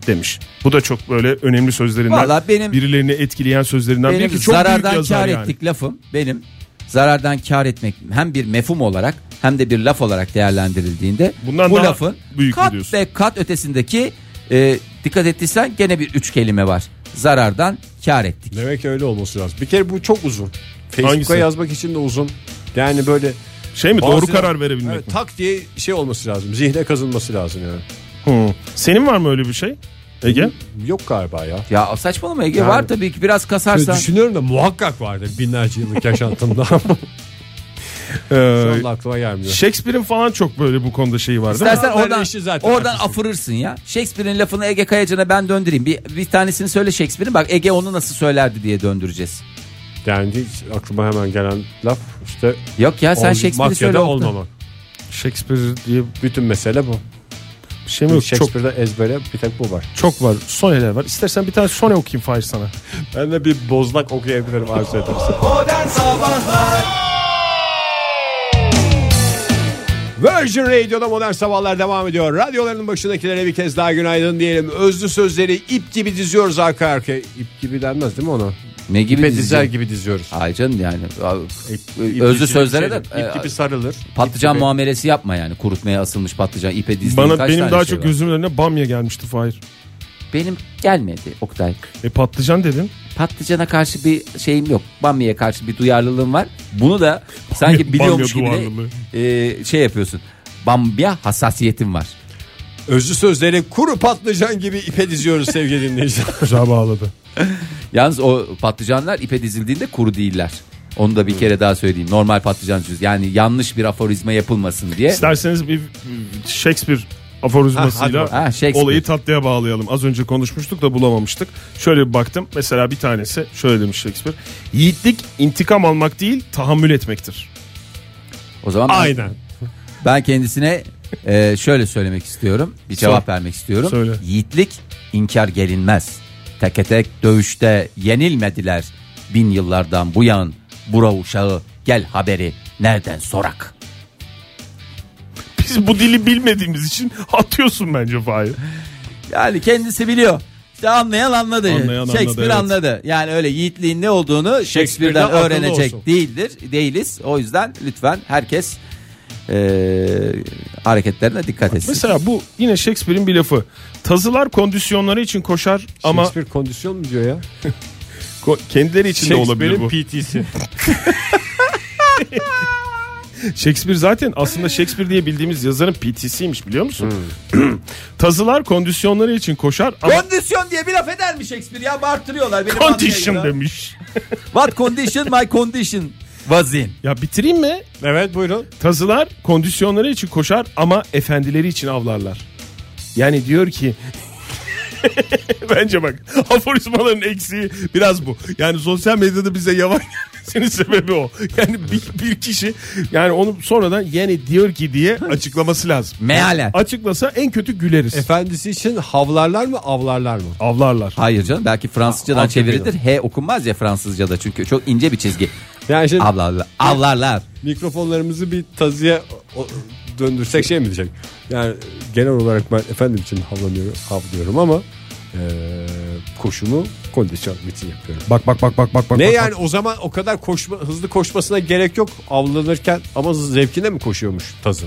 Speaker 4: demiş. Bu da çok böyle önemli sözlerinden.
Speaker 3: Vallahi benim-
Speaker 4: birilerini etkileyen sözlerinden
Speaker 3: Benim
Speaker 4: biri ki çok büyük
Speaker 3: zarardan
Speaker 4: yazar
Speaker 3: kar
Speaker 4: yani.
Speaker 3: ettik lafım benim zarardan kar etmek hem bir mefhum olarak hem de bir laf olarak değerlendirildiğinde
Speaker 4: Bundan
Speaker 3: bu
Speaker 4: daha
Speaker 3: lafın
Speaker 4: büyük mü
Speaker 3: kat
Speaker 4: diyorsun?
Speaker 3: ve kat ötesindeki e, dikkat ettiysen gene bir üç kelime var. Zarardan kar ettik.
Speaker 2: Demek ki öyle olması lazım. Bir kere bu çok uzun. Facebook'a
Speaker 4: Hangisi?
Speaker 2: yazmak için de uzun. Yani böyle
Speaker 4: Şey mi doğru
Speaker 2: bazı-
Speaker 4: karar verebilmek
Speaker 2: Evet,
Speaker 4: mi?
Speaker 2: tak diye şey olması lazım. Zihne kazınması lazım yani.
Speaker 4: Hı. Senin var mı öyle bir şey? Ege?
Speaker 2: Yok galiba ya.
Speaker 3: Ya saçmalama Ege
Speaker 2: Yani-
Speaker 3: var tabii ki biraz
Speaker 2: Böyle
Speaker 3: kasarsan.
Speaker 2: düşünüyorum da muhakkak vardır binlerce
Speaker 4: *laughs*
Speaker 2: yıllık yaşantımda.
Speaker 4: Ee,
Speaker 2: Şu anda aklıma gelmiyor.
Speaker 4: Shakespeare'in falan çok böyle bu konuda şeyi var değil mi?
Speaker 3: İstersen
Speaker 2: Ama
Speaker 3: oradan,
Speaker 2: işi zaten
Speaker 3: oradan
Speaker 2: haklısın.
Speaker 3: afırırsın ya. Shakespeare'in lafını Ege Kayacan'a ben döndüreyim. Bir, bir tanesini söyle Shakespeare'in bak Ege onu nasıl söylerdi diye döndüreceğiz.
Speaker 2: Yani hiç aklıma hemen gelen laf işte
Speaker 3: Yok ya sen
Speaker 2: olmak
Speaker 3: Shakespeare'i
Speaker 2: ya
Speaker 3: söyle.
Speaker 2: da
Speaker 3: Oktay.
Speaker 2: olmamak.
Speaker 4: Shakespeare diye
Speaker 2: Bütün mesele bu.
Speaker 4: bir şey mi yok? Çok,
Speaker 2: Shakespeare'de ezbere bir tek bu var.
Speaker 4: çok var. Soneler var. İstersen bir tane sone okuyayım Fahir sana.
Speaker 2: Ben de bir bozlak okuyabilirim arzu edersen.
Speaker 1: Modern Sabahlar
Speaker 2: Virgin Radio'da modern sabahlar devam ediyor. Radyoların başındakilere bir kez daha günaydın diyelim. Özlü sözleri ip gibi diziyoruz arka arkaya. İp gibi denmez değil mi ona?
Speaker 3: Ne gibi
Speaker 2: İpe
Speaker 3: dizecek?
Speaker 2: dizer gibi diziyoruz.
Speaker 3: Hayır canım yani
Speaker 4: E,
Speaker 2: İp- ip
Speaker 3: özlü
Speaker 2: gibi
Speaker 3: sözlere
Speaker 4: şey,
Speaker 3: de
Speaker 2: şeydir.
Speaker 3: e,
Speaker 2: ip gibi sarılır.
Speaker 3: patlıcan
Speaker 2: İp gibi-
Speaker 3: muamelesi yapma yani kurutmaya asılmış patlıcan ipe dizdiğin
Speaker 4: Bana
Speaker 3: kaç
Speaker 4: benim
Speaker 3: tane
Speaker 4: daha
Speaker 3: şey
Speaker 4: çok
Speaker 3: var?
Speaker 4: gözümün önüne bamya gelmişti Fahir.
Speaker 3: Benim gelmedi Oktay.
Speaker 4: E patlıcan dedin.
Speaker 3: Patlıcana karşı bir şeyim yok. Bamya'ya karşı bir duyarlılığım var. Bunu da sanki
Speaker 4: Bamya
Speaker 3: biliyormuş gibi de,
Speaker 4: duyarlılığı.
Speaker 3: e, şey yapıyorsun. Bamya hassasiyetim var.
Speaker 2: Özlü sözleri kuru patlıcan gibi ipe diziyoruz sevgili dinleyiciler. *laughs*
Speaker 4: Güzel bağladı.
Speaker 3: Yalnız o patlıcanlar ipe dizildiğinde kuru değiller. Onu
Speaker 4: Hmm.
Speaker 3: da bir kere daha söyleyeyim. Normal patlıcan süzü. Yani yanlış bir aforizma yapılmasın diye.
Speaker 4: *laughs* İsterseniz bir e, Shakespeare aforizmasıyla
Speaker 3: Ha, şey Shakespeare.
Speaker 4: olayı tatlıya bağlayalım. Az önce konuşmuştuk da bulamamıştık. Şöyle bir baktım. Mesela bir tanesi şöyle demiş Shakespeare. Yiğitlik intikam almak değil tahammül etmektir.
Speaker 3: O zaman ben, ben kendisine e, şöyle söylemek istiyorum. Bir cevap vermek istiyorum.
Speaker 4: Söyle.
Speaker 3: Yiğitlik inkar gelinmez. Teke tek dövüşte yenilmediler. Bin yıllardan bu yan bura uşağı gel haberi nereden sorak.
Speaker 4: Biz bu dili bilmediğimiz için atıyorsun bence Fahir.
Speaker 3: Yani kendisi biliyor. İşte anlayan anladı.
Speaker 4: Anlayan anladı,
Speaker 3: Shakespeare
Speaker 4: evet.
Speaker 3: anladı, Yani öyle yiğitliğin ne olduğunu Shakespeare'den
Speaker 2: Shakespeare'den akıllı
Speaker 3: öğrenecek
Speaker 2: olsun.
Speaker 3: değildir, değiliz. O yüzden lütfen herkes e, hareketlerine dikkat etsin.
Speaker 4: Mesela bu yine Shakespeare'in bir lafı. Tazılar kondisyonları için koşar ama
Speaker 2: Shakespeare kondisyon mu diyor ya?
Speaker 4: ko- kendileri için de olabilir bu.
Speaker 2: PT'si.
Speaker 4: *laughs* Shakespeare zaten aslında Shakespeare diye bildiğimiz yazarın PT'siymiş biliyor musun? *clears throat* Tazılar kondisyonları için koşar ama
Speaker 3: Kondisyon diye bir laf eder mi Shakespeare ya? Bağırtırıyorlar beni.
Speaker 4: condition
Speaker 3: Ankara'da.
Speaker 4: demiş.
Speaker 3: What condition my condition was in.
Speaker 4: Ya bitireyim mi?
Speaker 2: Evet buyurun.
Speaker 4: Tazılar kondisyonları için koşar ama efendileri için avlarlar. Yani diyor ki *laughs* Bence bak aforizmaların eksiği biraz bu. Yani sosyal medyada bize yavan senin *laughs* sebebi o. Yani bir, bir kişi yani onu sonradan yani diyor ki diye açıklaması lazım.
Speaker 3: Mealen.
Speaker 4: Açıklasa en kötü güleriz.
Speaker 2: Efendisi için havlarlar mı avlarlar mı?
Speaker 4: Avlarlar.
Speaker 3: Hayır canım belki Fransızcadan çeviridir. H okunmaz ya Fransızcada çünkü çok ince bir çizgi.
Speaker 2: Yani şimdi
Speaker 3: Avlarlar. Avlarlar.
Speaker 2: mikrofonlarımızı bir tazıya o- döndürsek şey mi diyecek? Yani genel olarak ben efendim için havlanıyorum, havlıyorum ama eee koşumu kondisyon için yapıyorum.
Speaker 4: Bak bak bak bak bak bak.
Speaker 2: Ne
Speaker 4: bak,
Speaker 2: yani
Speaker 4: bak.
Speaker 2: o zaman o kadar koşma, hızlı koşmasına gerek yok avlanırken ama zevkine mi koşuyormuş tazı?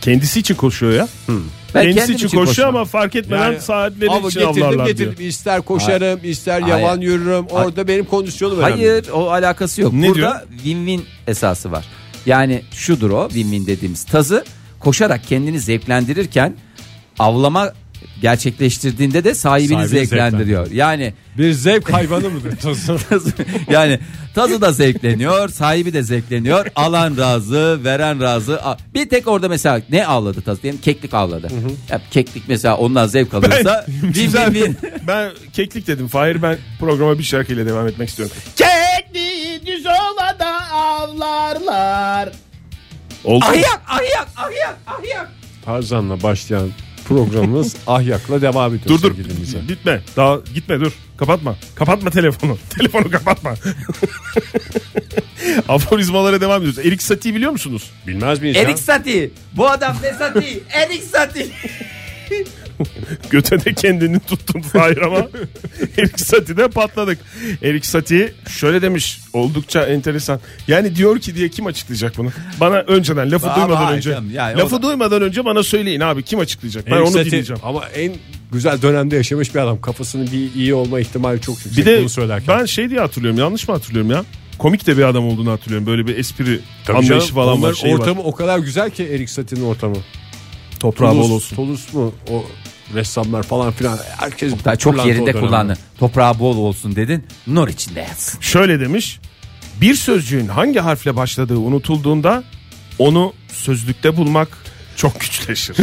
Speaker 4: Kendisi için koşuyor ya.
Speaker 3: Ben
Speaker 4: Kendisi
Speaker 3: kendim
Speaker 4: için koşuyor
Speaker 3: koşmam.
Speaker 4: ama fark etmeden
Speaker 2: Yani
Speaker 4: saatleri
Speaker 2: Avı
Speaker 4: için
Speaker 2: getirdim
Speaker 4: avlarlar
Speaker 2: getirdim
Speaker 4: diyor.
Speaker 2: ister koşarım ister
Speaker 3: Hayır.
Speaker 2: yavan yürürüm orada benim kondisyonum önemli.
Speaker 3: Hayır o alakası yok.
Speaker 4: Ne
Speaker 3: Burada win-win esası var. Yani şudur o win-win dediğimiz tazı koşarak kendini zevklendirirken avlama gerçekleştirdiğinde de sahibini
Speaker 2: Sahibini
Speaker 3: zevklendiriyor. Yani
Speaker 2: Bir zevk hayvanı mıdır?
Speaker 3: yani tazı da zevkleniyor, sahibi de zevkleniyor. Alan razı, veren razı. A- Bir tek orada mesela ne avladı tazı diyelim? Keklik avladı. Ya keklik mesela ondan zevk alıyorsa *laughs* bin bin bin.
Speaker 4: ben keklik dedim. Fahir ben programa bir şarkıyla devam etmek istiyorum. Kekliği düz ovada avlarlar. Oldu.
Speaker 3: Ahyak, ahyak, ahyak, ahyak.
Speaker 2: Tarzan'la başlayan *laughs* programımız Ahyak'la devam ediyor.
Speaker 4: Dur dur.
Speaker 2: sevgilimize.
Speaker 4: Bitme. Daha gitme dur. Kapatma. Kapatma telefonu. *laughs* Telefonu kapatma. Aforizmalara devam ediyoruz. Erik Satie'yi biliyor musunuz?
Speaker 2: Bilmez miyiz
Speaker 3: Erik Satie. Bu adam ne *laughs* Satie? Erik Satie.
Speaker 4: Göte de kendini tuttun Fahir
Speaker 3: *laughs*
Speaker 4: ama Erik Satie'de patladık. Erik Satie şöyle demiş. Oldukça enteresan. Yani diyor ki diye kim açıklayacak bunu? Bana önceden lafı
Speaker 3: Ama
Speaker 4: duymadan
Speaker 3: hayır
Speaker 4: önce.
Speaker 3: canım, yani o
Speaker 4: lafı
Speaker 3: da-
Speaker 4: duymadan önce bana söyleyin abi kim açıklayacak? Ben
Speaker 2: Erik
Speaker 4: onu
Speaker 2: Satie
Speaker 4: dinleyeceğim.
Speaker 2: Ama en güzel dönemde yaşamış bir adam. Kafasının bir iyi olma ihtimali çok yüksek
Speaker 4: Bir de
Speaker 2: bunu söylerken.
Speaker 4: ben şey diye hatırlıyorum. Yanlış mı hatırlıyorum ya? Komik de bir adam olduğunu hatırlıyorum. Böyle bir espri anlayışı
Speaker 2: Canım,
Speaker 4: falan var.
Speaker 2: onların
Speaker 4: Şey var.
Speaker 2: ortamı o kadar güzel ki Erik Satie'nin ortamı.
Speaker 4: Toprağı bol
Speaker 2: Toulouse,
Speaker 4: olsun.
Speaker 2: Toulouse mu o ressamlar falan filan herkes
Speaker 3: Daha çok
Speaker 2: pırlanta o
Speaker 3: yerinde
Speaker 2: dönemde.
Speaker 3: kullandı. Toprağı bol olsun dedin. Nur içinde yatsın.
Speaker 4: Şöyle demiş. Bir sözcüğün hangi harfle başladığı unutulduğunda onu sözlükte bulmak
Speaker 2: *laughs*
Speaker 4: çok güçleşir.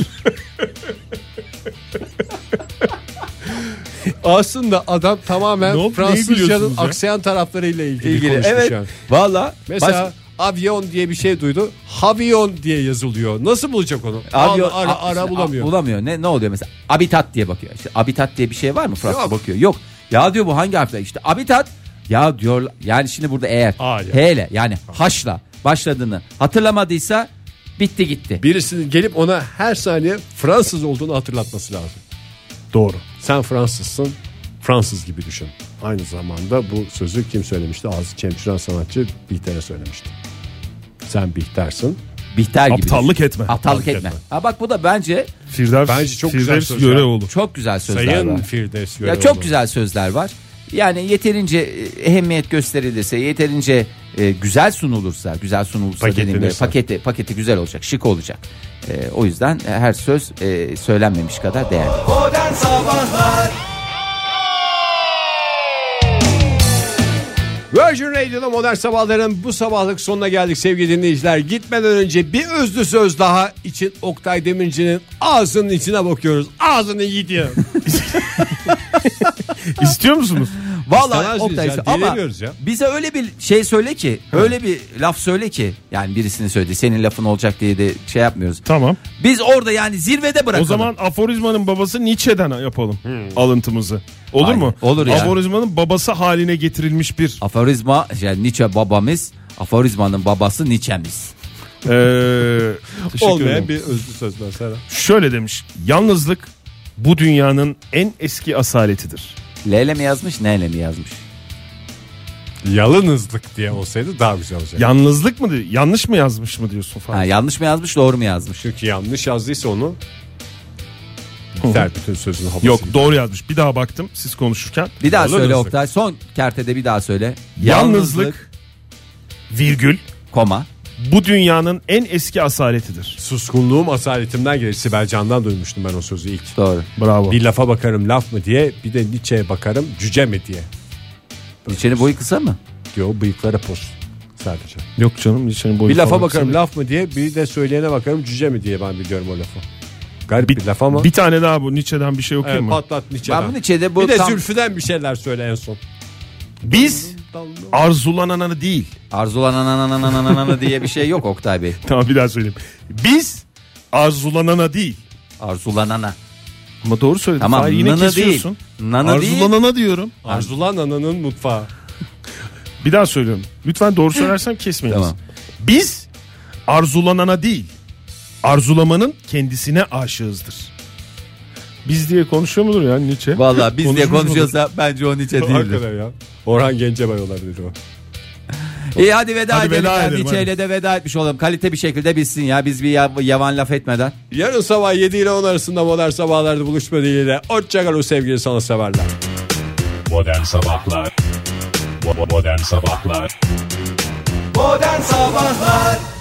Speaker 2: Aslında adam
Speaker 4: Ne
Speaker 2: tamamen
Speaker 4: oldu, neyi
Speaker 2: Fransızcanın
Speaker 4: biliyorsunuz ya?
Speaker 2: aksayan taraflarıyla ilgili, konuşmuş
Speaker 3: Evet.
Speaker 2: yani.
Speaker 3: Valla.
Speaker 2: Mesela avion diye bir şey duydu. Havion diye yazılıyor. Nasıl bulacak onu?
Speaker 3: Avyon-
Speaker 2: Avyon, ara,
Speaker 3: a-
Speaker 2: ara
Speaker 3: a-
Speaker 2: bulamıyor.
Speaker 3: bulamıyor. Ne ne oluyor mesela? Habitat diye bakıyor. İşte habitat diye bir şey var mı Fransa
Speaker 2: Yok.
Speaker 3: bakıyor. Yok. Ya diyor bu hangi harfle? İşte habitat. Ya diyor yani şimdi burada eğer
Speaker 2: A ile.
Speaker 3: H ile yani haşla başladığını hatırlamadıysa bitti gitti.
Speaker 2: Birisinin gelip ona her saniye Fransız olduğunu hatırlatması lazım.
Speaker 4: Doğru.
Speaker 2: Sen Fransızsın. Fransız gibi düşün. Aynı zamanda bu sözü kim söylemişti? Ağzı çemşiren sanatçı Bihter'e söylemişti. Sen Bihter'sin.
Speaker 3: Bihter gibi.
Speaker 4: Aptallık
Speaker 3: düşün.
Speaker 4: etme.
Speaker 3: Aptallık etme. Ha bak bu da bence
Speaker 4: Firdevs,
Speaker 2: Bence çok güzel
Speaker 4: Firdevs
Speaker 2: söz
Speaker 4: göre
Speaker 2: ya. *laughs*
Speaker 4: olur.
Speaker 3: çok güzel sözler var.
Speaker 2: Sayın Firdevs
Speaker 3: Ya çok güzel sözler var. Yani yeterince e, ehemmiyet gösterilirse, yeterince e, güzel sunulursa, güzel sunulursa dediğim gibi
Speaker 2: Paketlenirse.
Speaker 3: paketi paketi güzel olacak, şık olacak. E, o yüzden e, her söz e, söylenmemiş kadar değerli.
Speaker 1: Modern Sabahlar
Speaker 2: Virgin Radio'da modern sabahların bu sabahlık sonuna geldik sevgili dinleyiciler. Gitmeden önce bir özlü söz daha için Oktay Demirci'nin ağzının içine bakıyoruz. Ağzını gidiyor.
Speaker 4: İstiyor musunuz?
Speaker 3: Vallahi
Speaker 2: İstemez
Speaker 3: Oktay
Speaker 2: miyiz ya?
Speaker 3: ama
Speaker 2: Dilemiyoruz ya.
Speaker 3: bize öyle bir şey söyle ki, öyle bir laf söyle ki yani birisini söyledi. Senin lafın olacak diye de şey yapmıyoruz.
Speaker 4: Tamam.
Speaker 3: Biz orada yani zirvede bırakalım.
Speaker 4: O zaman aforizmanın babası Nietzsche'den yapalım
Speaker 2: Hmm.
Speaker 4: alıntımızı. Olur
Speaker 3: Aynen,
Speaker 4: mu?
Speaker 3: olur ya.
Speaker 4: Aforizmanın babası haline getirilmiş bir
Speaker 3: aforizma yani Nietzsche babamız, aforizmanın babası Nietzsche'miz.
Speaker 4: eee Ee, teşekkür ederim.
Speaker 2: Olmayan bir özlü söz mesela.
Speaker 4: Şöyle demiş. Yalnızlık bu dünyanın en eski asaletidir.
Speaker 3: Leyla mi yazmış, neyle mi yazmış?
Speaker 2: Yalınızlık diye olsaydı daha güzel olacaktı.
Speaker 4: Yalnızlık mı? diyor- Yanlış mı yazmış mı diyorsun falan.
Speaker 3: Ha, yanlış mı yazmış doğru mu yazmış?
Speaker 2: Çünkü yanlış yazdıysa onu biter bütün sözünü havası
Speaker 4: Yok
Speaker 2: gibi.
Speaker 4: doğru yazmış. Bir daha baktım siz konuşurken.
Speaker 3: Bir daha
Speaker 2: Yalnızlık.
Speaker 3: söyle Oktay son kertede bir daha söyle.
Speaker 4: Yalnızlık virgül
Speaker 3: koma
Speaker 4: bu dünyanın en eski asaletidir.
Speaker 2: Suskunluğum asaletimden gelir. Sibel Can'dan duymuştum ben o sözü ilk.
Speaker 3: doğru.
Speaker 4: Bravo.
Speaker 2: Bir lafa bakarım laf mı diye bir de Nietzsche'ye bakarım cüce mi diye.
Speaker 3: İçeri boyu kısa mı?
Speaker 2: Diyor bıyıkları poz sadece.
Speaker 4: Yok canım senin boyu
Speaker 2: Bir lafa
Speaker 4: falan
Speaker 2: bakarım
Speaker 4: kısa
Speaker 2: laf mı diye bir de söyleyene bakarım cüce mi diye ben biliyorum o lafı. Garip bir,
Speaker 4: değil.
Speaker 2: laf ama.
Speaker 4: Bir tane daha bu Nietzsche'den bir şey
Speaker 2: Evet,
Speaker 4: okuyayım mı?
Speaker 2: patlat Nietzsche'den.
Speaker 3: Ben bunu Nietzsche'de bu
Speaker 2: bir de
Speaker 3: tam-
Speaker 2: Zülfü'den bir şeyler söyle en son.
Speaker 4: Biz arzulananı değil. *laughs*
Speaker 3: Arzulananananananana diye bir şey yok Oktay Bey.
Speaker 4: Tamam bir daha söyleyeyim. Biz arzulanana değil.
Speaker 3: Arzulanana.
Speaker 4: Ama doğru söyledim.
Speaker 3: Tamam,
Speaker 4: Fahir, yine
Speaker 3: nana değil.
Speaker 4: kesiyorsun.
Speaker 3: Nana değil.
Speaker 4: arzulanana diyorum.
Speaker 2: Arzulan ananın mutfağı.
Speaker 4: Bir daha söylüyorum. Lütfen doğru söylersem kesmeyiniz.
Speaker 3: Tamam.
Speaker 4: Biz arzulanana değil, arzulamanın kendisine aşığızdır. Biz diye konuşuyor mudur ya Nietzsche?
Speaker 3: Vallahi biz diye
Speaker 4: Konuşmuş
Speaker 3: konuşuyorsa bence o Nietzsche değildir.
Speaker 2: Hakikaten ya. Orhan Gencebay olabilir o.
Speaker 3: İyi hadi veda
Speaker 4: Hadi
Speaker 3: edelim.
Speaker 4: veda
Speaker 3: ya.
Speaker 4: edelim,
Speaker 3: Nietzsche ile de veda etmiş olalım. Kalite bir şekilde bitsin ya. Biz bir ya- yavan laf etmeden.
Speaker 2: Yarın sabah 7 ile 10 arasında modern sabahlarda buluşma dileğiyle. Hoşçakalın sevgili sana severler.
Speaker 6: Modern Sabahlar Bo- bo- Modern Sabahlar
Speaker 1: Modern Sabahlar